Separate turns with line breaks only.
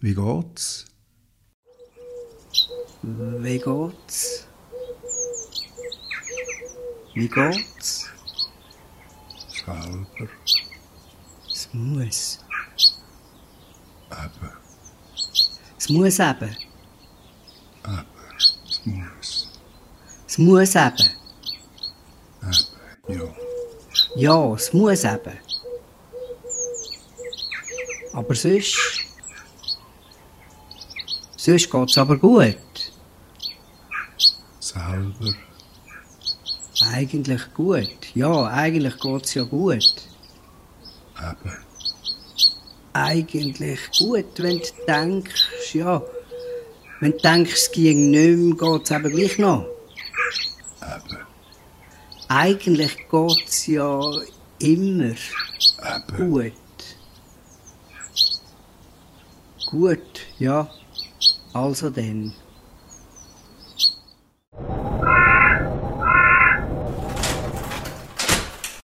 Wie geht's?
Wie geht's? Wie geht's?
Selber.
Es muss.
Eben.
Es muss eben.
Eben. Es muss.
Es muss eben.
Eben. Ja.
Ja, es muss eben. Aber sonst... Sonst geht's aber gut.
Selber.
Eigentlich gut. Ja, eigentlich geht's ja gut.
Eben.
eigentlich gut, wenn du denkst, ja, wenn du denkst, es ging nicht mehr, geht es eben gleich noch.
Eben.
Eigentlich geht es ja immer
Eben.
gut. Gut, ja. Also dann.